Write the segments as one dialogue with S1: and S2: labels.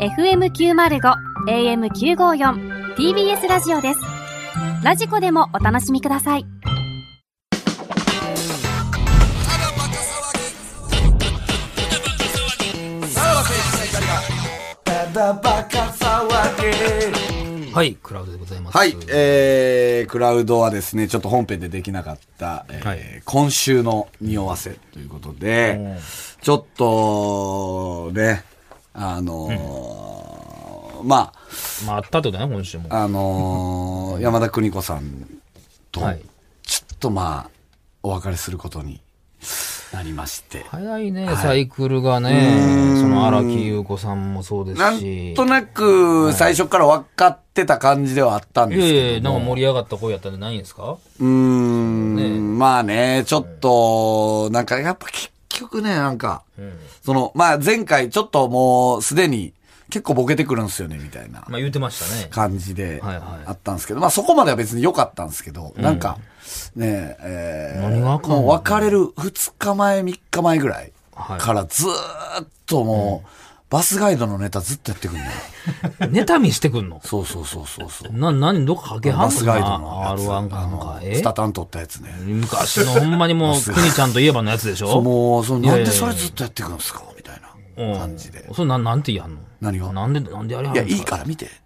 S1: FM905 AM954 TBS ラジオですラジコでもお楽しみください
S2: はい、クラウドでございます。
S3: はい、えー、クラウドはですね、ちょっと本編でできなかった、えー
S2: はい
S3: 今週の匂わせということで、ちょっと、ね、あのーま
S2: まあ、あったってことだね、今週も。
S3: あ、あのー山田邦子さんと、
S2: はい
S3: ちょっとまあ、お別れすることになりまして、
S2: 早いね、サイクルがね、その荒木優子さんもそうで
S3: な
S2: すし。
S3: んとなく、最初から分かってた感じではあったんで
S2: い
S3: す
S2: や
S3: けど、
S2: いや、なんか盛り上がった声やったんじゃないんですか
S3: うーん、まあね、ちょっと、なんかやっぱ結局ね、なんか、その、まあ前回ちょっともうすでに結構ボケてくるんですよね、みたいな
S2: まあ言ってましたね。
S3: 感じで
S2: はいはい
S3: あったんですけど、まあそこまでは別に良かったんですけど、なんか、ねえ、えー
S2: 何があかんの
S3: もう別れる2日前、3日前ぐらい
S2: はい
S3: からずーっともう、バスガイドのネタずっとやってくるんだよ。
S2: ネタ見してくんの
S3: そうそうそうそうそう。
S2: な、なに、どっかかけは
S3: バ
S2: んの
S3: ス
S2: か
S3: ガイド
S2: な
S3: のやつ。
S2: ?R1 か
S3: あ
S2: なん
S3: の
S2: か。え
S3: スタタン取ったやつね。
S2: 昔のほんまにもう、くにちゃんといえばのやつでしょ
S3: そうもう、その
S2: いや
S3: ない
S2: や
S3: ん
S2: いや
S3: でそれずっとやっていくんですかみたいな感じで。
S2: それな、なんて言いはんの
S3: 何が
S2: なんで、なんでやりはいんの
S3: や、いいから見てって。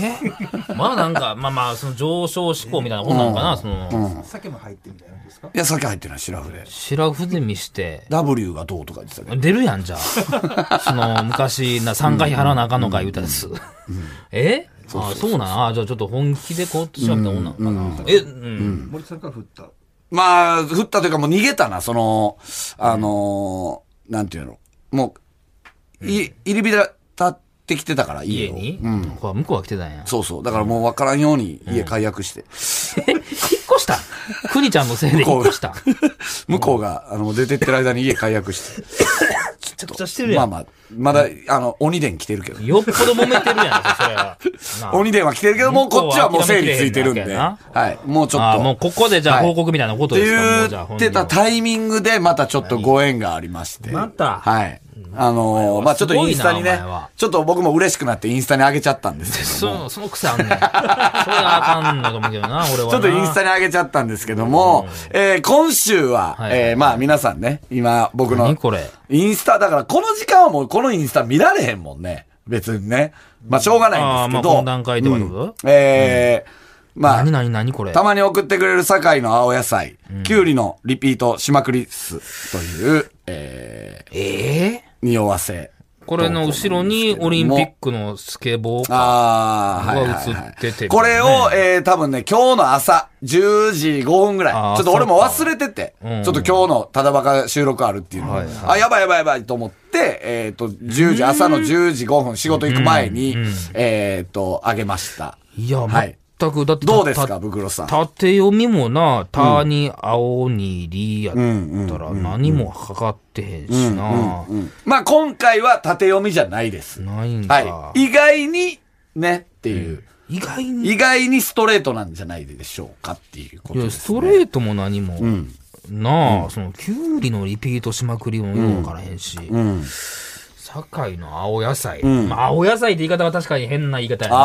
S2: え まあなんか、まあまあ、その上昇志向みたいなことなのかな、その、
S4: 酒も入ってみたいなんですか
S3: いや、酒入ってない、シラフで。
S2: 白筆見して、
S3: W がどうとか言ってたけど。
S2: 出るやん、じゃ あ。その、昔な、参加費払わなあかんのか言うたやつ。 えあそうなんあじゃあちょっと本気でこう調べたもんなのかな。え、うん。
S4: 森さんから振った。
S3: まあ、降ったというかもう逃げたな、その、あのー、なんていうの。もう、い、入り浸ってきてたから、家
S2: 家
S3: を。
S2: にここは向こうは来てたんや。
S3: そうそう。だからもう分からんように家解約して。
S2: え引っ越したくにちゃんのせいで引っ越した。
S3: 向こうが、あの、出てってる間に家解約して。
S2: めちゃくちゃしてるや
S3: まあ
S2: ん。
S3: まあ、まだ、あの、鬼伝来てるけど。
S2: よっぽど揉めてるやん、それ は。なあ
S3: 鬼伝は来てるけど、もうこっちはもう整理ついてるん
S2: 諦めきれ
S3: で。
S2: へんわ
S3: はい。もうちょっ
S2: あ
S3: と。
S2: もうここでじゃあ
S3: はい
S2: 報告みたいなこ
S3: っ
S2: と
S3: て
S2: ですか、もうじゃあ
S3: 言ってた
S2: 本
S3: タイミングでまたちょっとご縁がありまして。
S2: また
S3: はい。あのーまあちょっとインスタに
S2: すご
S3: ね
S2: いなお前は、
S3: ちょっと僕も嬉しくなってインスタに上げちゃったんですけ
S2: 人
S3: ど。
S2: そその癖あんねん。それはあかんのと思うけどな、俺はな。
S3: ちょっとインスタに上げちゃったんですけども、えー今週は、
S2: はいはいはい
S3: えーまあ皆さんね、今僕の
S2: 何これ
S3: インスタ、だからこの時間はもうこのインスタ見られへんもんね。別にね。まあしょうがないんですけど。
S2: あーまあこの段階ではってこと
S3: うんえーまあ
S2: 何、何何これ
S3: たまに送ってくれる堺の青野菜、きゅうりのリピートしまくりっすという、え
S2: ええ
S3: ー、匂わせ。
S2: これの後ろにオリンピックのスケボーか。
S3: ああ、はいはい、
S2: ここが
S3: はい
S2: 映ってて
S3: これを、
S2: ね
S3: えー、多分ね、今日の朝、10時5分ぐらい。ち
S2: あ
S3: ょ
S2: ー
S3: っと俺も忘れてて、
S2: そっかうん
S3: ちょっと今日のただバカ収録あるっていうのを、
S2: はいはい
S3: あ、やばいやばいやばいと思って、えっ、と、10時、朝の10時5分、仕事行く前に、えっ、と、あげました。
S2: いや、
S3: はい
S2: 全く、だってた、
S3: どうですか、
S2: た
S3: ブクロさん。
S2: 縦読みもな、たに青にりやったら何もかかってへんしな。
S3: まあ今回は縦読みじゃないです。
S2: ない
S3: は
S2: んか。
S3: い。意外に、ね、っていう。
S2: 意外に。
S3: 意外にストレートなんじゃないでしょうかっていうこ
S2: い
S3: と
S2: や、
S3: で
S2: ス
S3: す、ね。
S2: トレートも何も。なあ、その、キュウリのリピートしまくりもようわからへんし。堺の青野菜。まあ、青野菜って言い方は確かに変な言い方やな。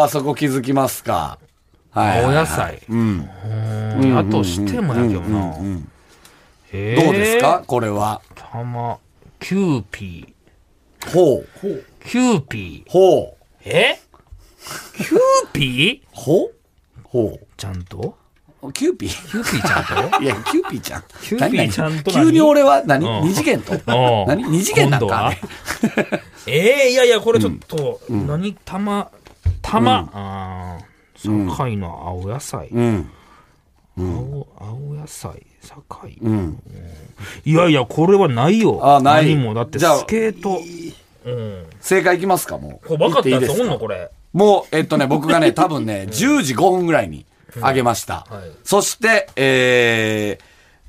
S3: あー、そこ気づきますか。はい
S2: 青
S3: はい、
S2: 野菜。うん。やとしてもやけどな。えー
S3: どうですか、これは。
S2: たま、キューピ
S3: ほう。
S2: ー。キューピー。
S3: ほう。
S2: えキューピー
S3: ほうほ
S2: ちゃんと
S3: う。キューピー
S2: キューピーちゃんと
S3: いや、キューピーちゃん。
S2: キューピーちゃんと
S3: 何々急に俺は何、
S2: うん
S3: 二次元と
S2: ん
S3: 何二次元なんかあれ
S2: 今 ええいやいや、これちょっと、何たま、たま、あー堺の青野菜。
S3: うん。
S2: 青、青野菜、堺。うんいやいや、これはないよ。
S3: あない
S2: 何も、だって
S3: じゃあ
S2: スケート。
S3: 正解いきますか、もう。
S2: これ分かった
S3: 言
S2: や
S3: てい
S2: つ
S3: いです
S2: お
S3: か
S2: んのこれ。
S3: もう、えっとね、僕 がね、多分ね、10時5分ぐらいにあげました。
S2: はい
S3: そして、え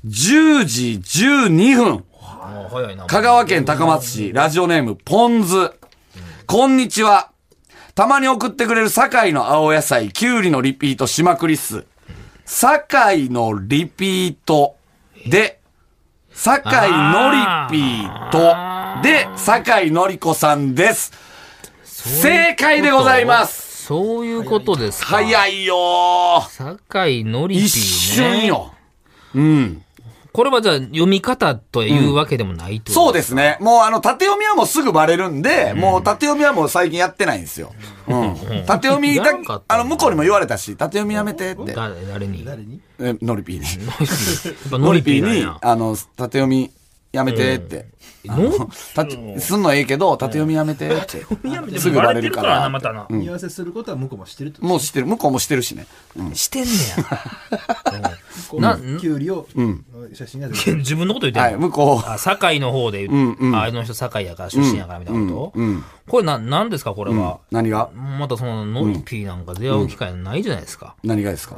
S3: ー、10時12分、
S2: あー早いな。
S3: 香川県高松市、ラジオネーム、ポンズ。こんにちは。たまに送ってくれる堺の青野菜、きゅうりのリピートしまくりっす。堺のリピートで、堺のリピートで、堺のりこさんです。正解でございます。
S2: そういうことですか。
S3: 早いよー。
S2: 酒井のりぴーね。
S3: 一瞬。よ。うん。
S2: これはじゃあ読み方というわけでもないってこと
S3: そうですね。もうあの、縦読みはもうすぐバレるんで、もう縦読みはもう最近やってないんですよ。うん。縦読み
S2: やらんかっ
S3: だ、
S2: た
S3: あの、向こうにも言われたし、縦読みやめてって。
S2: だ誰に
S4: 誰に
S3: え、ノリピーに。ノ
S2: ノ
S3: リ
S2: リ
S3: ピ
S2: ピー
S3: ー
S2: なん
S3: に
S2: や、。
S3: あの、縦読みやめてって。
S2: の
S3: たすんのええけど、縦読みやめてって。すぐバレるから。
S2: たな。
S4: 見合わせすることは向こうも知ってるってこ
S3: もう知ってる。向こうも知ってるしね。うん。
S2: してんね
S4: と。
S2: な
S4: こうキュウリを、の写真が出てく
S2: や。
S4: る。
S2: 自分のこと言ってんの
S3: はい、向こう。
S2: あ、堺の方で
S3: ん
S2: 言
S3: うん
S2: う、あれの人堺やから、出身やからみたいなこと
S3: うんうん
S2: これな、何ですか、これは。
S3: 何が
S2: またその、ノリピーなんか出会う機会ないじゃないですか。
S3: 何がですか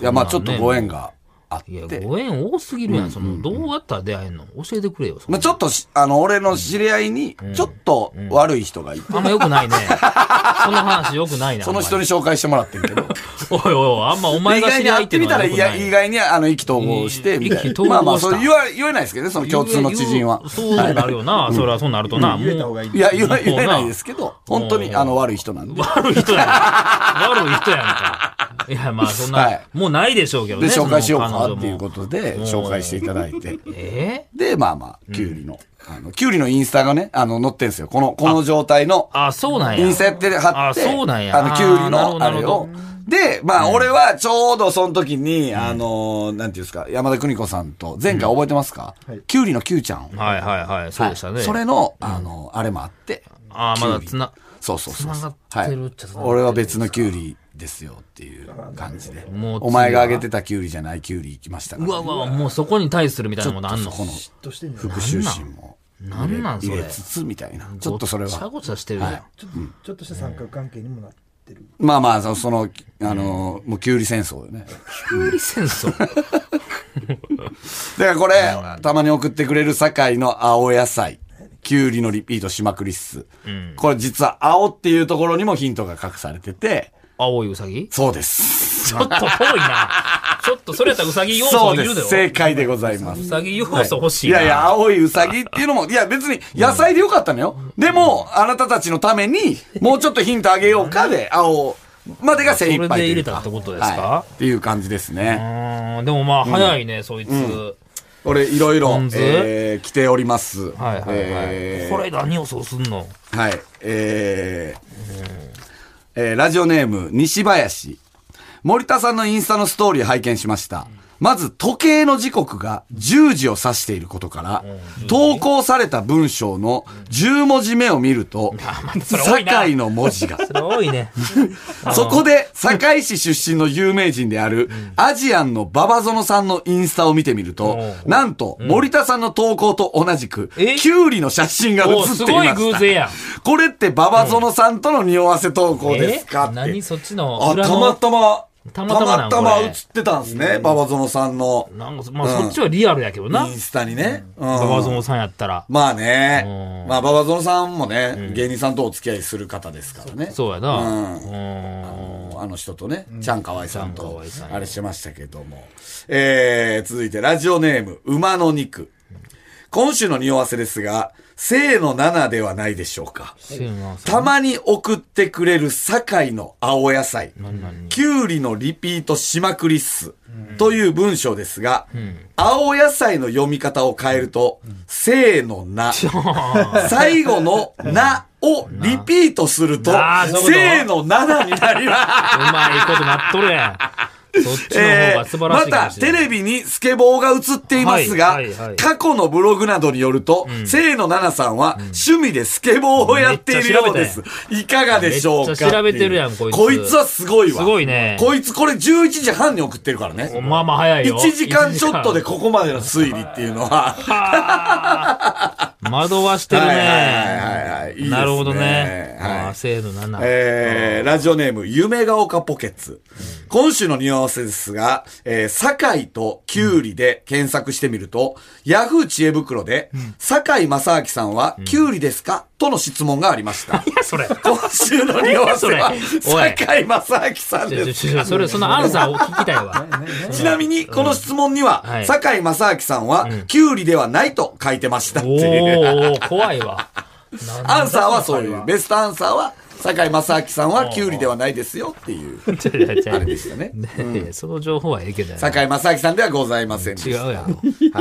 S3: いや、まあちょっとご縁があっ
S2: いや、
S3: て。
S2: ご縁多すぎるやん。その、どうやったら出会えんの教えてくれよ。その
S3: まあちょっとし、あの、俺の知り合いに、ちょっと悪い人がいて、
S2: あんま良く ないね。その話良くないな。
S3: その人に
S2: に。
S3: 紹介してもらってんけど。
S2: おいおい、あんまお前
S3: 意
S2: が
S3: 外に
S2: 知り合
S3: 会
S2: いっ
S3: って
S2: て
S3: み
S2: の
S3: た
S2: は
S3: ら、
S2: 良く
S3: い
S2: な
S3: や、
S2: い。
S3: 意外に、あの、意気投合して、みた
S2: 意
S3: い
S2: 気投合
S3: な。まあまあ、
S2: した
S3: そう言わ、言えないですけどね、その共通の知人は。
S2: そうなるよな。それはそうなるとな。もう
S4: 言えた方がいい。
S3: いや、言わ言えないですけど、本当に、あの、悪い人なんで。
S2: 悪い人やんか。悪い人やんか。いや、まあそんな、
S3: はい
S2: もうないでしょうけど
S3: で、
S2: ね。
S3: 紹介しようか
S2: その彼女も
S3: っていうことで、紹介していただい て。
S2: え
S3: で、まあまあ、キュウリの、あの、キュウリのインスタがね、あの、載ってんですよ。この、この状態の、
S2: あ、そうなん
S3: イ
S2: や。
S3: ンスタやって貼って、
S2: あそうなんや
S3: あの、キュウリ
S2: あー
S3: の、あ
S2: なる
S3: れ
S2: ほど
S3: を。で、まあ、俺はちょうどその時に、あの、なんていうんですか、山田邦子さんと、前回覚えてますか
S4: はい
S3: キュウリのキュウちゃんを。
S2: はいはいはい。そうでしたね。
S3: はいそれの、あの、あれもあって。
S2: あまだつな、
S3: そうそうそうそう。
S2: つながってるっちゃつながっ
S3: は
S2: てる
S3: い。俺は別のキュウリですよっていう感じで。
S2: もう
S3: お前があげてたキュウリじゃないキュウリ行きましたから
S2: うわうわ、もうそこに対するみたいなものあんの。
S3: この
S4: としてんじゃない
S3: 復讐心も
S2: なんなんそ
S3: 入れ
S2: れ。
S3: つつみたいな。ちょっとそれ
S2: ごちゃ
S3: は。
S2: ごちゃしてるやん。
S4: ちょっとちょっとした三角関係にもなってる。
S3: まあまあ、そのその、あの、もうキュウリ戦争よね。
S2: キュウリ戦 争。
S3: だからこれ、たまに送ってくれる堺の青野菜。キュウリのリピートしまくりっす。これ実は青っていうところにもヒントが隠されてて、
S2: 青いウサギ
S3: そうです。
S2: ちょっと遠いな。ちょっとそれやったらウサギ要
S3: そ
S2: 素
S3: う
S2: い
S3: で
S2: るだ
S3: す。
S2: よ。
S3: 正解でございま
S2: ウ
S3: す。
S2: サギ要素欲しい
S3: い
S2: な。
S3: やいや、青いウサギっていうのも、いや別に野菜でよかったのよ。でも、あなたたちのために、もうちょっとヒントあげようかで、青までが精一杯
S2: それで入
S3: という
S2: れ
S3: か
S2: たってことですか
S3: はいっていう感じですね。
S2: うーんでもまあ早いね、そいつ。
S3: 俺、いろいろ
S2: ポン、酢
S3: えー、来ております。
S2: はいはいはい。
S3: えー
S2: これ何をそうすんの
S3: はい。えーえーラジオネーム、西林。森田さんのインスタのストーリー拝見しました。まず、時計の時刻が10時を指していることから、投稿された文章の10文字目を見ると
S2: あま、たそれ多いな
S3: 堺の文字 が。
S2: それ多いね。
S3: そこで、堺市出身の有名人である、アジアンのババゾノさんのインスタを見てみると、
S2: う
S3: なんと、森田さんの投稿と同じく、
S2: え
S3: キュウリの写真が
S2: お
S3: 写
S2: す
S3: っていま
S2: ご
S3: し
S2: い
S3: た。
S2: 偶然やん。
S3: これってババゾノさんとの匂わせ投稿ですかって。
S2: 何そっちの
S3: あ、
S2: 裏
S3: たま
S2: の。
S3: たま、た
S2: た
S3: ま
S2: またまな
S3: た
S2: ん
S3: ま
S2: こ
S3: 映
S2: れ
S3: ってたんですね、ババゾノさんの
S2: なんかまあそっちはリアルやけどな
S3: イン。スタにね。うん
S2: ババゾモさんやったら。
S3: まあね
S2: う、ん
S3: まあババゾノさんもね、芸人さんとお付き合いする方ですからね。
S2: そうやな。
S3: うん
S2: うーん。
S3: あの人とね、ちゃんかわいさん
S2: ちゃんか
S3: と
S2: わいさん、や
S3: あれしてましたけども。えー、続いてラジオネーム、馬の肉。今週の匂わせですが、せーの7ではないでしょうか。
S2: せやな
S3: たまに送ってくれる堺の青野菜。
S2: 何何
S3: キュウリのリピートしまくりっす。という文章ですが、青野菜の読み方を変えると、せーのな。最後のなをリピートすると、
S2: なあそうい
S3: せー
S2: う
S3: のなになります。
S2: うまいことなっとるやん。 そっちの方が素晴らしいか
S3: ま
S2: も
S3: た、
S2: し
S3: テ
S2: れない。
S3: レビにスケボーが映っていますが、
S2: はいはいはい
S3: 過去のブログなどによると、清野奈々さんは趣味でスケボーをやっているようです
S2: めっ。
S3: いかがでしょうか
S2: めっちゃ調べてるやんこいつ
S3: こいつはすごいわ。
S2: すごいね
S3: こいつこれ11時半に送ってるからね。
S2: まあまあ早いよ。
S3: 1時間ちょっとでここまでの推理っていうのは。
S2: 惑わしてるね。
S3: はいはいはいはいいいですね
S2: なるほどね。
S3: はい
S2: ああ、せーの7。
S3: えーラジオネーム、夢が丘ポケツ。今週のニュアンスですが、えー、堺とキュウリで検索してみると、ヤフー知恵袋で、堺正明さんはキュウリですか、との質問がありました。
S2: いや、それ。
S3: 今週のニュアンスは
S2: 何や、それおい
S3: 堺正明さん
S2: ちょち
S3: で
S2: ょ
S3: す。
S2: ちょそれ、そのアンサーを聞きたいわ。
S3: ちなみに、この質問には、
S2: はい
S3: 堺正明さんは、キュウリではないと書いてましたって
S2: お
S3: いう。
S2: ーおー怖いわ。なんだ
S3: アンサーはそういう。ベストアンサーは、堺正明さんはキュウリではないですよっていう、
S2: ちゃちゃちゃ
S3: あれでしたね。
S2: その情報はええけどやな
S3: 堺正明さんではございませんで
S2: 違う
S3: した。
S2: やん。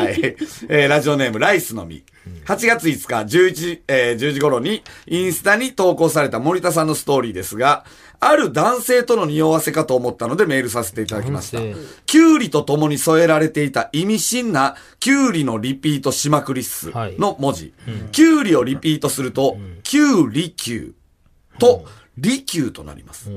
S3: はい。えーラジオネーム、ライスの実。8月5日、11時、えー10時頃に、インスタに投稿された森田さんのストーリーですが、ある男性との匂わせかと思ったのでメールさせていただきました
S2: 男性。
S3: キュウリと共に添えられていた意味深な、キュウリのリピートしまくりっす
S2: はい
S3: の文字。キュウリをリピートすると、キュウリキュウと、リキュウとなります。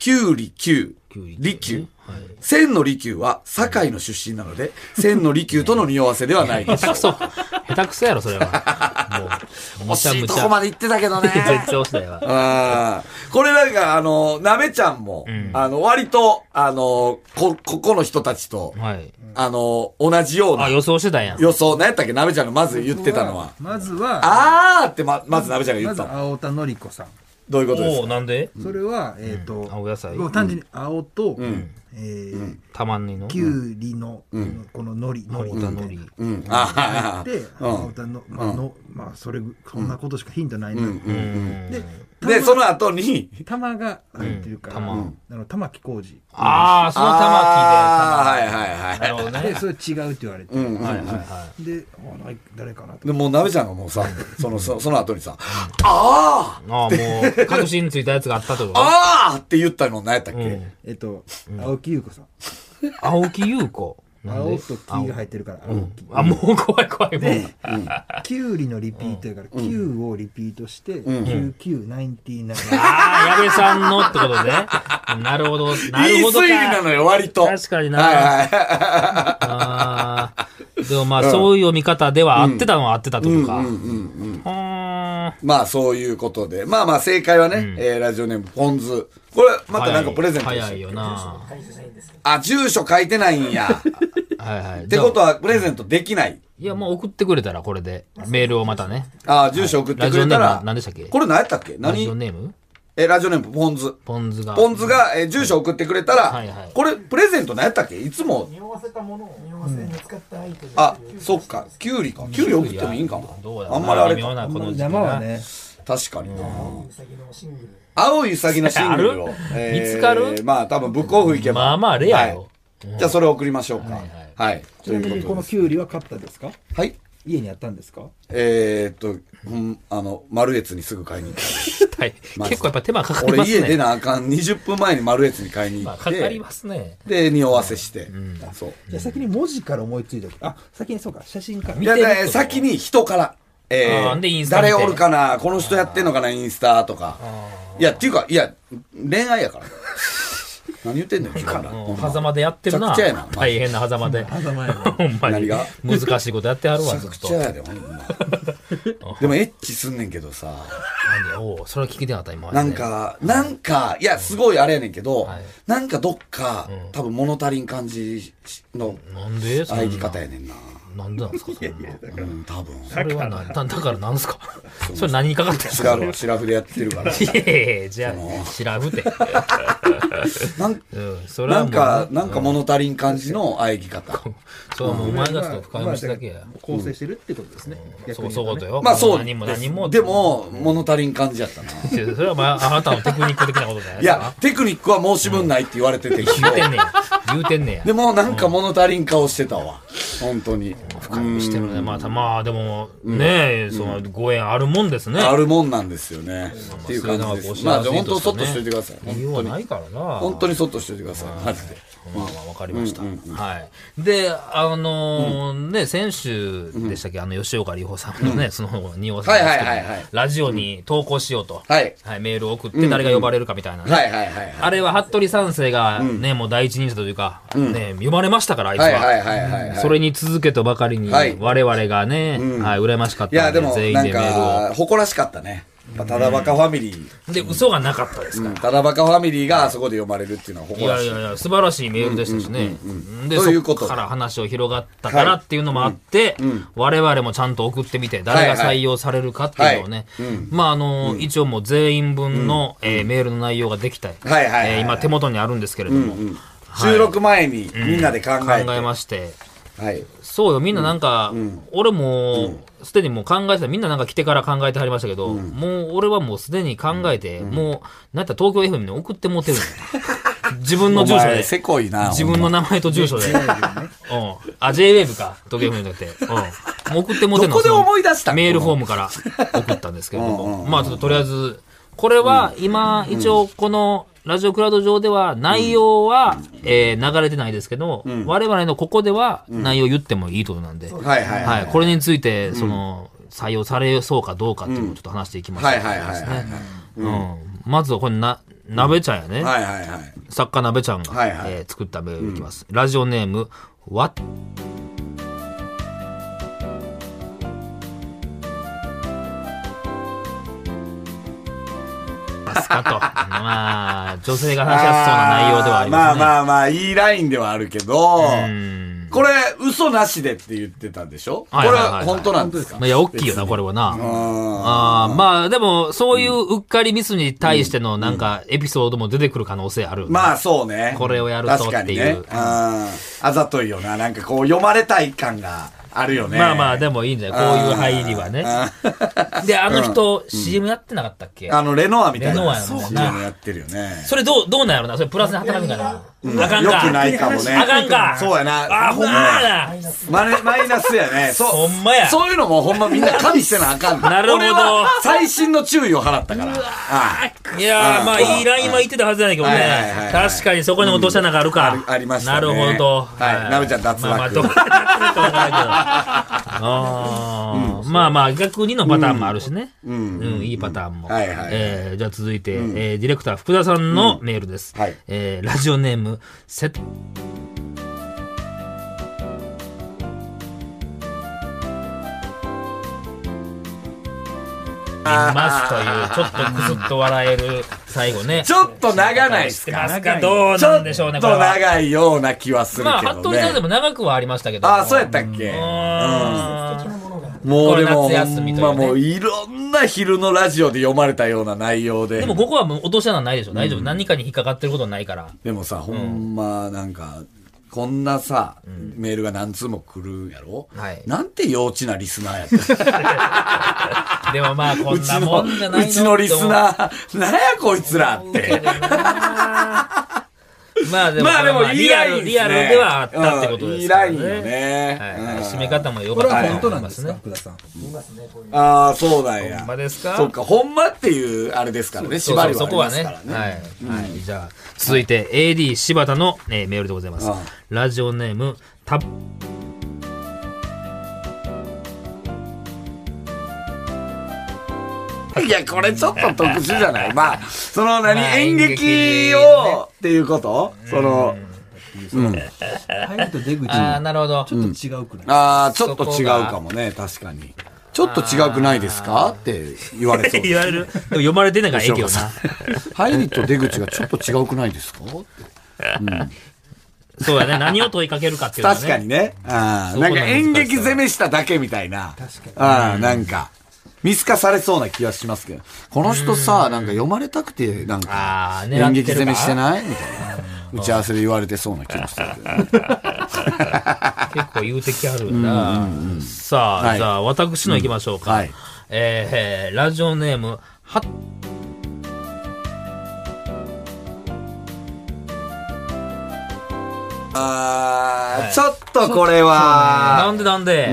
S3: キュウリキュウ
S2: キュウリ、キュウ
S3: リキュウ。千の利休は堺の出身なので、千の利休との匂わせではないで しょ
S2: 下手
S3: う
S2: く。そ。下手くそやろ、それは。もう、むち
S3: 惜
S2: ゃ
S3: しい
S2: む
S3: と
S2: ち
S3: こま
S2: ゃ。
S3: で行ってたけ どね。
S2: 絶対押したよ。
S3: あーこれなんか、あの、なべちゃんも、あの、割と、あの、こ、ここの人たちと、
S2: はい。
S3: あの、同じよう
S2: あ、
S3: な
S2: 予想してたんや。
S3: 予想、何やったっけなべちゃんのまず言ってたのは。
S4: まずは、
S3: あーってま、まずなべちゃんが言
S4: ま
S3: っ
S4: ず
S3: たの。
S4: 青田のり子さん。
S3: どういうことです
S2: お
S3: か
S2: おなんで
S4: それは、えっと、
S2: 青野菜
S4: もう単純に青と、えー
S2: たまんにの。
S4: きゅうりの、こののり、のり
S2: 青田のり。
S3: うん。あー
S4: で、青田の、まあ、の、まあ、それ、こんなことしかヒントないんだ
S2: うん
S4: で、
S3: で、その後に、
S4: 玉が入ってるから、
S2: 玉
S4: あの玉木浩二。
S2: ああ、その
S3: あーは
S2: 玉
S3: いはいはい
S2: 木で。なるほどね。はい
S4: で、それ違うって言われて、
S2: はいは
S4: で、あない誰かなと。
S3: でもうなべちゃんがもうさ、その、そその後にさ、あー
S2: い。ああ、もう、確信ついたやつがあったとこと
S3: あーって言ったの何やったっけ、
S2: うん
S4: えっと、青木優子さん。
S2: 青木優子。なんで
S4: 青と木が入ってるから、青木。
S2: あ、もう怖い怖い、もう。
S4: きゅうりのリピートやから、きゅうをリピートして、9999。
S2: ああ、矢部さんのってこ とね。なるほど。なる
S3: いい
S2: ほど
S3: 推理な
S2: か。
S3: のよ、割と。
S2: 確かにな
S3: はいはい
S2: ああ。でもまあ、そういう読み方では合ってたのは合ってたってことか。うん。
S3: まあ、そういうことで。まあまあ、正解はね、えーラジオネーム、ポンズ。これ、またなんかプレゼントでしたっ
S2: 早
S3: け
S2: いよな。
S3: あ、住所書いてないんや。っ
S2: はいはい。って
S3: ことは、プレゼントできない。
S2: いや、もう送ってくれたら、これで。メールをまたね。
S3: あ、住所送ってくれた
S2: ラジオネーム
S3: ら
S2: は。何でしたっけ
S3: これ何やったっけ
S2: ラジオ
S3: 何
S2: ネーム
S3: え、ラジオネーム、ポンズ。
S2: ポンズが。
S3: ポンズ。が、えー住所送ってくれたら、
S2: はいはい
S3: これ、プレゼント何やったっけいつも、
S5: 匂わせたものを匂わせに使ったアイテム
S3: あ、そっか、キュウリか。キュウリ送ってもいいんか
S2: どう
S3: も
S2: や。
S3: あんまりあれ
S2: 微妙
S3: か。
S2: なこの時期な
S4: 生はね、
S3: 確かにな。
S5: ウサギのシングル
S3: 青いウサギのシングルを
S2: ある。見つかる
S3: まあ多分ブックオフ行けば。
S2: まあまあレアよ
S3: はいじゃあそれ送りましょうか。はいい
S2: は。い
S3: というこ
S4: ことの
S3: で。
S4: きゅうりは買ったですか
S3: はい。
S4: 家にあったんですか
S3: えー、っと、うん、あの、丸越にすぐ買い に行っ
S2: はい結構やっぱ手間かか
S3: た。
S2: り
S3: 俺
S2: ますね。
S3: 家出なあかん20分前に丸越に買いに行
S2: まあ
S3: っ
S2: かかり
S3: て
S2: ま、すね。
S3: で、匂わせして。そう。
S4: じゃあ先に文字から思いついたけどあ、先にそうか、写真から。
S3: い
S4: 見
S3: や、
S2: てる
S3: で先に人から。え
S2: あーでイン
S3: ー、
S2: スタ見て
S3: 誰おるかなこの人やってんのかなインスタとか。いや、っていうか、いや、恋愛やから。 何言 ってんのよ、自分らほん
S2: うん
S3: ま
S2: 狭間でやってる
S3: めち
S2: な。
S3: ゃくちゃやな
S2: 大変な狭間で。狭間やほんま
S3: 何
S2: に。
S3: が
S2: 難しいことやってはるわ、
S3: めち
S2: ず
S3: ゃ
S2: っ
S3: く
S2: と
S3: ちゃ。やで、ほんま。 でもエッチすんねんけどさ、
S2: 何おうそれは聞きてなかった、今まで
S3: な
S2: ね。
S3: んか、なんか、いや、すごいあれやねんけど
S2: はい、
S3: なんかどっか、多分物足りん感じの
S2: なんでそんな
S3: 喘ぎ方やねんな。
S2: なんでなんですかそんな
S3: うん、多分。
S2: それは何だだからなんすかそれ何にかかってるんです
S3: 違
S2: か
S3: うわ、シラフでやってるから。
S2: いやいやいやじゃあ、知らぶて。
S3: なん
S2: うん、それは
S3: な
S2: も
S3: ん
S2: う、
S3: か、なんか物足りん感じの喘ぎ方。
S2: それはもうマイナスと深読みしただけや。
S4: 構成してるってことですね。逆
S2: そう、
S4: に
S2: そういうこ
S4: 言うと
S2: と
S4: ね
S2: よ。
S3: まあそう
S2: 何も何も。
S3: で、も、物足りん感じやったな。
S2: それはまあ、あなたのテクニック的なことじゃない
S3: いや、テクニックは申し分ないって言われてて、
S2: 言うてんねや。言うてんね や。
S3: でもなんか物足りん顔してたわ。本当に。
S2: 深読みしてるね。また、まあ、でも、ねえ、その、ご縁あるもんですね。
S3: あるもんなんですよね。っていう感じで
S2: そ
S3: す。
S2: れ
S3: ま
S2: は
S3: あ、
S2: な
S3: じ
S2: ん
S3: ゃあ本
S2: かこう
S3: 当そっとしといてください。
S2: 言いようがないからな。
S3: 本当にそっとしといてください。マジで。
S2: まあまあわかりました。はい。で、あのーね、先週でしたっけ、あの、吉岡里帆さんのね、その、におさんですけど
S3: はいはいはいはい
S2: ラジオに投稿しようと、
S3: はい
S2: メールを送って誰が呼ばれるかみたいなね。
S3: はいはいはいは
S2: あれは、服部三世がね、もう第一人者というか、ね、呼ばれましたから、あい
S3: い。
S2: つは。
S3: はいはいはいはいはい。
S2: それに続けとばかりに、
S3: はい
S2: 我々がね、はい、羨ましかっ
S3: い
S2: た
S3: や、
S2: ん
S3: で
S2: で、
S3: も、
S2: 全員
S3: なん
S2: でメー
S3: か、誇らしかったね。やっぱただバカファミリー。
S2: ルを。で、嘘がなかったですから。
S3: ただバカファミリーがあそこで読まれるっていうのはい誇ら
S2: や
S3: し
S2: い
S3: い。
S2: やいや、素晴らしいメールでしたしね。で、
S3: ということ
S2: そっから話を広がったからっていうのもあって、我々もちゃんと送ってみて、誰が採用されるかっていうのをね、まあ、あの、一応もう全員分のえーメールの内容ができた。
S3: はいはいはい
S2: えー今手元にあるんですけれども、はい
S3: 収録前にみんなで考えて。
S2: 考えまして、
S3: はい。
S2: そうよ、みんななんか、俺も、すでにもう考えてた、みんななんか来てから考えてはりましたけど、もう俺はもうすでに考えて、もう、なんやったら東京 FM に送って もうてるのよ自分の
S3: お
S2: 住所
S3: 前、
S2: で。
S3: せこいな。
S2: 自分の名前と住所で。うん。あ、JWave か。東京 FM じゃなくて。うん。もう送ってもうてんの
S3: どこで思い出した
S2: そのメールフォームから送ったんですけれども。まあちょっととりあえず、これは今、一応この、ラジオクラウド上では内容は、えー流れてないですけど、我々のここでは内容言ってもいいってことなんで、
S3: はいはいはい
S2: これについて、その、採用されそうかどうかっていうのをちょっと話していきましょう
S3: はいはいはいはい。
S2: うん。まずはこれな、鍋ちゃんやね。
S3: はいはいはい。
S2: 作家鍋ちゃんが、
S3: はいはい
S2: えー作ったメールいきます、ラジオネームわますかと まあ女性が話しやすそうな内容ではありますね
S3: あーまあまあまあ、いいラインではあるけど、
S2: うん
S3: これ、嘘なしでって言ってたんでしょこ
S2: はい
S3: れ
S2: はいはい
S3: は本当なんですか
S2: まあいや大きいよなこれはな、
S3: あ
S2: あーまあでもそういううっかりミスに対してのなんかエピソードも出てくる可能性あるよ
S3: ー
S2: ね、
S3: まあそうね。
S2: これをやると
S3: 確かにね
S2: っていう
S3: あーあざといよな。なんかこう、読まれたい感があるよね。
S2: まあまあでもいいんじゃないこういう入りはね
S3: あー。
S2: であの人、CM やってなかったっ け
S3: あの、レノアみたい
S2: レノア
S3: な。
S2: やもんな
S3: CM やってるよね。
S2: それどう、どうなんやろなそれプラスに働くんか
S3: うん
S2: なあかん
S3: よ
S2: か。
S3: くないかもね。
S2: あかんか。
S3: そうやな。
S2: あ、ほんまやな。
S3: マネマイナスや ね。そう。
S2: ほんまや
S3: そういうのもほんまみんな加味してなあかんねん。
S2: なるほど
S3: 俺は最新の注意を払ったから。あ
S2: いや
S3: う
S2: ー、
S3: ん
S2: まあ、いいラインは言ってたはずやねんけど
S3: はいはいはいは
S2: ね
S3: い。
S2: 確かにそこに落としたながある
S3: う
S2: か
S3: ん。ありありましたね
S2: なるほど。
S3: はいなべちゃん脱落
S2: まあまあ、どこで脱落かわからんけどあーまあまあ、逆にのパターンもあるしね。うん、いいパターンも。
S3: はいはいはい
S2: えーじゃあ続いて、えーディレクター福田さんのメールです。
S3: はい
S2: えーラジオネーム、セッいますという、ちょっとくすっと笑える最後ね。
S3: ちょっと長ないっすか
S2: ますかどう
S3: ちょ
S2: な
S3: っ
S2: んでしょうね、
S3: と
S2: これは。
S3: 長いような気はする
S2: まあ、
S3: けど
S2: 服部さんで
S3: ね。
S2: も長くはありましたけども。
S3: ああ、そうやったっけ
S2: う
S5: 的
S2: ーん
S5: なものが
S3: もうでも、
S2: これ夏休みというね
S3: まあもういろんな昼のラジオで読まれたような内容で。
S2: でも、ここはもう落とし穴ないでしょ。大丈夫。何かに引っかかってることないから。
S3: でもさ、ほんま、なんか、こんなさ、メールが何通も来るやろ
S2: はい
S3: なんて幼稚なリスナーやった
S2: でもまあ、こ
S3: うんち
S2: な
S3: の、
S2: もんじゃないうの
S3: ちのリスナー、 なんやこいつらって。
S2: まあでも、
S3: まあでも、いい
S2: リ
S3: ラ
S2: ア
S3: イ
S2: ル、
S3: ンですね。
S2: リアルではあったってこと
S3: うん
S2: で
S3: いい
S2: すか
S3: ラ
S2: ら
S3: インよね。
S2: はい
S3: うん
S2: はい締め方も良
S4: こ
S2: か
S4: れ
S2: った
S4: は
S2: と
S4: 本当
S2: 思
S4: ないん
S2: ま
S4: ですすか
S2: ね。
S4: 福田さん
S5: いますね、こういう。
S3: ああ、そうなんや。
S2: ほんまですか
S3: そっか、ほんまっていう、あれですからね、縛りはありますから
S2: そこは
S3: ね。
S2: ね。はい。はい。じゃあ、続いて AD 柴田のえーメールでございます
S3: ああ。
S2: ラジオネーム、た
S3: いや、これちょっと特殊じゃ ないまあ、その何、
S2: まあ
S3: 演劇
S2: 演劇ね
S3: を、っていうことその、
S4: 入りと出口
S2: ああ、
S4: が
S2: なるほど
S4: ち。ょっと違うくない
S3: ああ、ちょっと違うかもね、確かに。ちょっと違くないですかって言われそう。
S2: 言われる。でも読まれてないからええけどな。
S3: 入りと出口がちょっと違うくないですかって
S2: そうやね。何を問いかけるかっていうのはね。
S3: 確かにね。ああ
S2: そこ
S3: な
S2: なんん
S3: か
S2: です
S3: 演劇攻めしただけみたいな。確かに。うん、なんか。見透かされそうな気はしますけど。この人さ、なんか読まれたくて、なんか
S2: あ、ー狙ってるか
S3: 演劇攻めしてないみたいな。打ち合わせで言われてそうな気がしてるけど。
S2: 結構言うてきあるんだ。さあ、
S3: はい
S2: じゃあ私の行きましょうか。
S3: はい
S2: えーえーラジオネーム、は
S3: あー、ちょっとこれは、
S2: なんでなんで、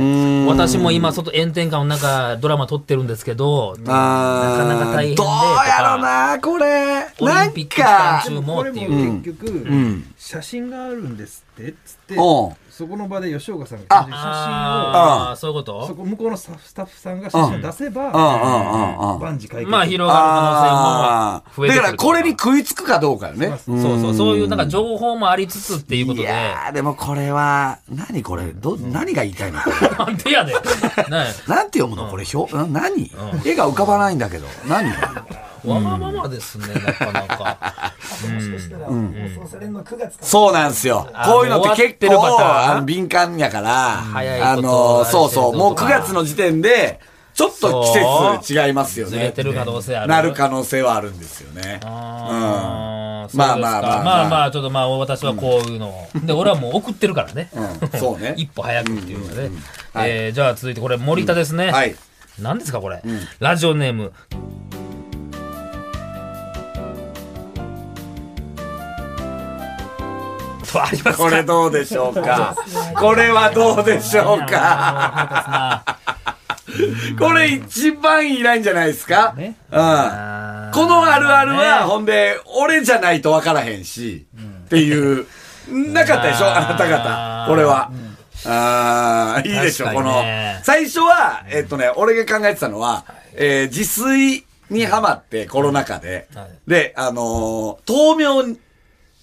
S2: 私も今、外炎天下の中、ドラマ撮ってるんですけど、な
S3: あー
S2: かなか大変で、と
S3: どうやろう
S2: か、
S3: な、これ。
S2: オ
S3: な
S2: リンピ
S3: ん
S2: ック期間
S3: か
S2: 中、
S4: でも
S2: も
S4: こ
S2: う
S4: れ
S2: って
S4: も
S2: いう
S4: 結局、
S3: ん
S4: 写真があるんですってっつって、
S3: うん
S4: そこの場で吉岡さんが写真を
S2: ああ、そういうこ
S4: そ
S2: と
S4: こ向こうのスタッフスタッフさんが写真を出せば、
S3: うんうんうんうん
S4: 万事解決
S2: まあ、広がる可
S3: あ
S2: 能性
S3: ー
S2: も増えて
S3: だ
S2: くる
S3: からこれに食いつくかどうかよね。
S2: そうそう、そういうなんか情報もありつつっていうこと
S3: い
S2: で、
S3: やー、でもこれは、何これ、ど、何が言いたいの これ
S2: なんでやねん。ね
S3: なんて読むのこれ、表、な何絵が浮かばないんだけど。何
S2: わがままですね、なかなか。
S5: もしかしたら、放送されるのは9月から。
S3: そうなんですよ。
S2: あ
S3: こういうのって結
S2: もう終わってるパターン
S3: 構、あの敏感やから、
S2: 早いこと
S3: あの、そうそう、
S2: ある程度
S3: もう9月の時点で、ちょっと季節違いますよ
S2: ず
S3: ね
S2: れ。てる可能性ある。
S3: なる可能性はあるんですよね。
S2: ああー、まあま
S3: まあ
S2: あ
S3: まあまあ
S2: まあまあ、ちょっとまあ私はこういうのを。で、俺はもう送ってるからね。
S3: うんそうね
S2: 一歩早くっていうのでね。
S3: はい
S2: えーじゃあ続いてこれ森田ですね。
S3: はい。
S2: 何ですかこれ、ラジオネームとありますか
S3: これどうでしょう かこれはどうでしょうか
S2: か
S3: これ一番いないんじゃないですか、
S4: ね
S3: うん。このあるあるは、ほんで、俺じゃないと分からへんし、っていう、なかったでしょ
S2: あ
S3: あ
S2: ー
S3: なた方。これは。ああ、いいでしょ、
S2: 確
S3: こ
S2: かに
S3: の
S2: ね。
S3: 最初は、えっとね、俺が考えてたのは、えー自炊にハマって、コロナ禍で
S2: はい。
S3: で、あのー豆苗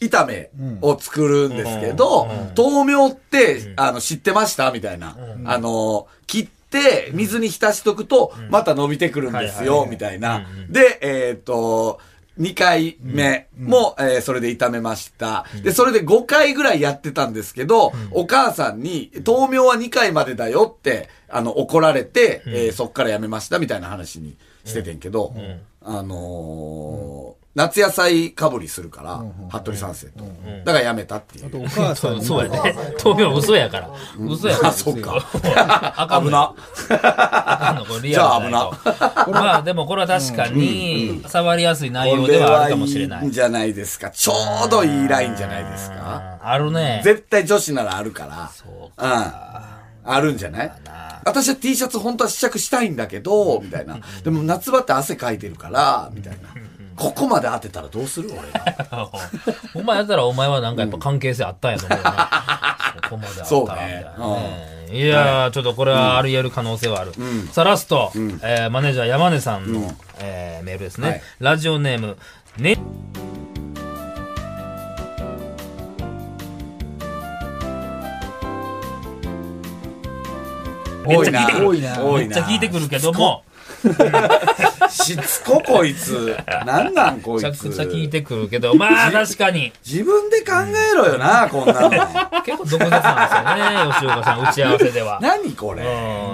S3: 炒めを作るんですけど、豆苗って、あの、知ってましたみたいな。あのー切って、水に浸しとくと、また伸びてくるんですよ、みたいな。で、えっと、2回目も、えーそれで炒めました。で、それで5回ぐらいやってたんですけど、お母さんに、豆苗は2回までだよって、あの、怒られて、えーそっからやめましたみたいな話にしててんけど、あのー夏野菜かぶりするから、服部三世と。だからやめたっていう。
S4: お母さんに
S2: そうやね豆苗嘘やから嘘やから
S3: あそうか
S2: あかん
S3: 危
S2: の
S3: な。
S2: あかんのこれリアルじゃないとまあでもこれは確かに触りやすい内容
S3: こ
S2: で
S3: れ
S2: はあ
S3: は
S2: るかもし
S3: い
S2: れない
S3: いんじゃないですか。ちょうどいいラインじゃないですか。
S2: ああるね
S3: 絶対女子ならあるから。
S2: そう
S3: うん。あるんじゃない私は T シャツ本当は試着したいんだけど、みたいな。でも夏場って汗かいてるから、みたいな。ここまで当てたらどうする俺が。
S2: お前やったらお前はなんかやっぱ関係性あったんやと思うな。そこまであったみたいな
S3: そう
S2: ね。いやー、ちょっとこれはあり得る可能性はある。さあラスト、えーマネージャー山根さんのえーメールです
S3: は
S2: ね
S3: い。
S2: ラジオネーム、ね。 めっ
S3: 多
S2: ち
S3: いな
S2: ゃ聞
S3: い
S2: てくる。
S4: 多いな
S3: 多
S2: め
S3: い
S2: っちゃ
S3: な。
S2: 聞いてくるけども、
S3: しつここいつ。なんなんこい
S2: めち
S3: つ
S2: ゃ。くちゃ聞いてくるけど、まあ確かに。
S3: 自分で考えろよな、こんなの。
S2: 結構毒舌なんですよね、吉岡さん、打ち合わせ では。
S3: 何これ。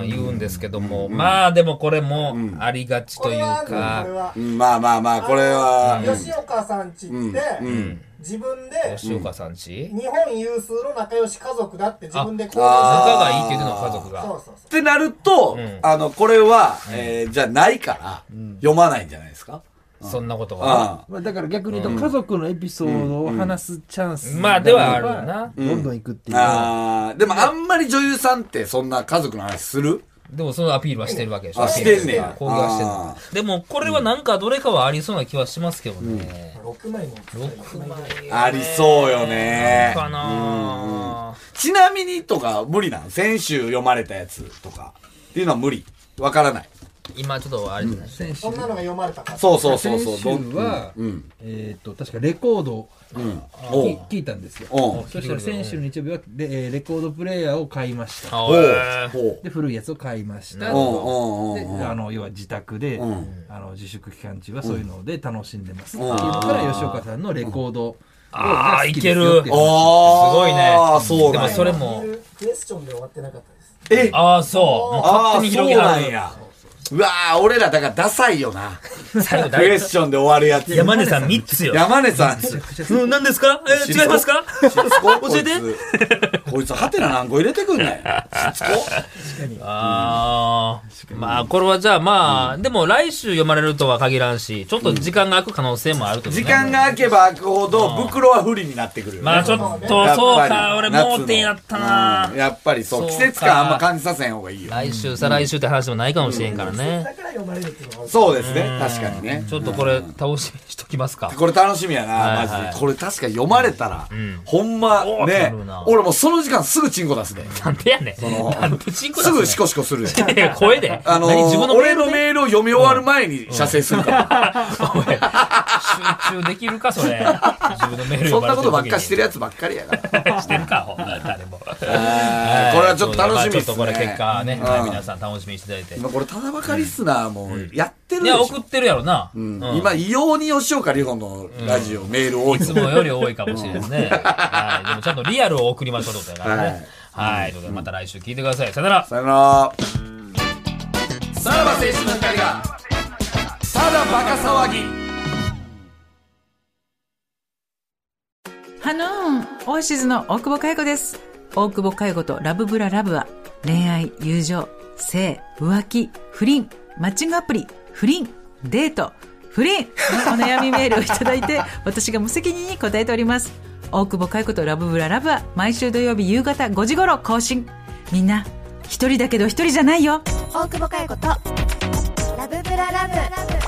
S2: うん、言うんですけども、まあでもこれもありがちと
S5: こ
S2: いう
S5: れはあるのこれ
S2: か、
S5: は
S3: うんまあまあまあ、これは。うん
S5: 吉岡さんちって自分で
S2: 吉岡さんち、
S5: 日本有数の仲良し家族だって自分で公
S3: あ
S5: 表
S2: 仲がいいって言ってたの家族
S5: するそう
S2: が。
S5: そうそ
S3: ってなると、
S2: ん
S3: あの、これは、えーじゃないから、読まないんじゃないですか。
S2: そんなことが。
S3: あ
S4: まあだから逆に言うと家族のエピソードを話すチャンス
S2: まあではあるよな。
S4: どんどん行くっていうのは
S3: あー。でもあんまり女優さんってそんな家族の話する
S2: でもそのアピールはしてるわけでしょ。
S3: あしてんねや
S2: アピールはしてる攻撃はしてる。でもこれはなんかどれかはありそうな気はしますけどね。
S5: う6枚も
S2: 6枚
S3: ありそうよね。
S2: かなぁ
S3: ちなみにとか無理なん先週読まれたやつとかっていうのは無理。わからない。
S2: 今ちょっとあれじゃない
S4: 先週
S5: そんなのが読まれたから
S3: そうそうそう
S4: 先
S3: そう。
S4: 週は
S3: うんうん。
S4: えっと確かレコードを
S3: お
S4: 聞
S3: う
S4: 聞いたんですよ
S3: おう
S4: そしたら先週の日曜日はレえーレコードプレイヤーを買いました
S2: あ
S3: おう
S2: ー
S3: おう
S4: で古いやつを買いました
S2: なる
S3: おう
S2: ほ
S3: おうおう
S4: で
S3: おう
S4: あの要は自宅で、
S3: ん
S4: あの自粛期間中はそういうので楽しんでます、
S3: ん
S4: っていうのから吉岡さんのレコードを
S2: あー
S4: が好きですよっていう
S3: あー
S2: すごいね
S3: あーそう
S2: で
S3: なん
S2: も
S3: や
S2: それも、
S5: クエスチョンで終わってなかったです
S3: え
S2: ああ、そう。もう
S3: あ
S2: 勝
S3: あ
S2: 手に
S3: ー、そう
S2: 広げは
S3: なん
S2: る
S3: や。うわー俺らだからダサいよな。
S2: 最後
S3: ク
S2: 誰
S3: エスチョンで終わるやつ。
S2: 山根さん3つよ。
S3: 山根 さん。
S2: うん、何ですかえー違いますか
S3: しつこ
S2: 教えて
S3: こいつ、こいつハテナ何個入れてくんねん。しつこ
S2: ああ、まあ、これはじゃあまあ、でも来週読まれるとは限らんし、ちょっと時間が空く可能性もあると
S3: 時間が空けば空くほど、袋は不利になってくるよね。
S2: まあちょっと、そうか、俺盲点やった
S3: う。
S2: なん
S3: やっぱりそう、季節感あんま感じさせへん方がいいよ。
S2: 来週、再来週って話もないかもしれんからね。
S5: だから読まれるっていうのは
S3: そうですね、確かにね。
S2: ちょっとこれ、楽しみにしときますか。
S3: これ楽しみやな、
S2: はい
S3: マ
S2: はい
S3: ジで。これ確か読まれたら、ほんま
S2: おーな
S3: ね
S2: るな、
S3: 俺もうその時間すぐチンコ出すね。
S2: なんでやねん。
S3: の
S2: なんでチンコ
S3: す
S2: 出すねん
S3: ぐシコシコするよ。
S2: いや声で。
S3: あのー
S2: 何自分のメ
S3: 俺
S2: ール
S3: の
S2: で
S3: メールを読み終わる前に射精するから。
S2: おい集中できるか、それ。自分のメ ール
S3: そんなことばっかして
S2: る。
S3: るやつばっかりや から。
S2: してるか、ほんま誰も。
S3: あーこれはちょっと楽しみですね。
S2: まあちょっとこれ結果ね、
S3: うん
S2: はい皆さん楽しみにしていただいて。
S3: 今これただばかリスナーもうやってる
S2: い
S3: でし
S2: や、
S3: ょ。
S2: 送ってるやろな。
S3: うん
S2: うん
S3: 今、異様に吉岡里帆のラジオ、メール多い
S2: いつもより多いかもしれないです ね。はい。でもちゃんとリアルを送りましょうってことやからね。はい。ということでまた来週聞いてください。さよなら。
S3: さよなら。さらば青春の光が、ただバカ騒ぎ。
S6: ハノーンオーシズの大久保佳代子です。大久保佳代子とラブブララブは、恋愛、友情、性、浮気、不倫、マッチングアプリ、不倫、デート、不倫のお悩みメールをいただいて、私が無責任に答えております。大久保佳代子とラブブララブは、毎週土曜日夕方5時頃更新。みんな、一人だけど一人じゃないよ。
S7: 大久保佳代子とラブブララブ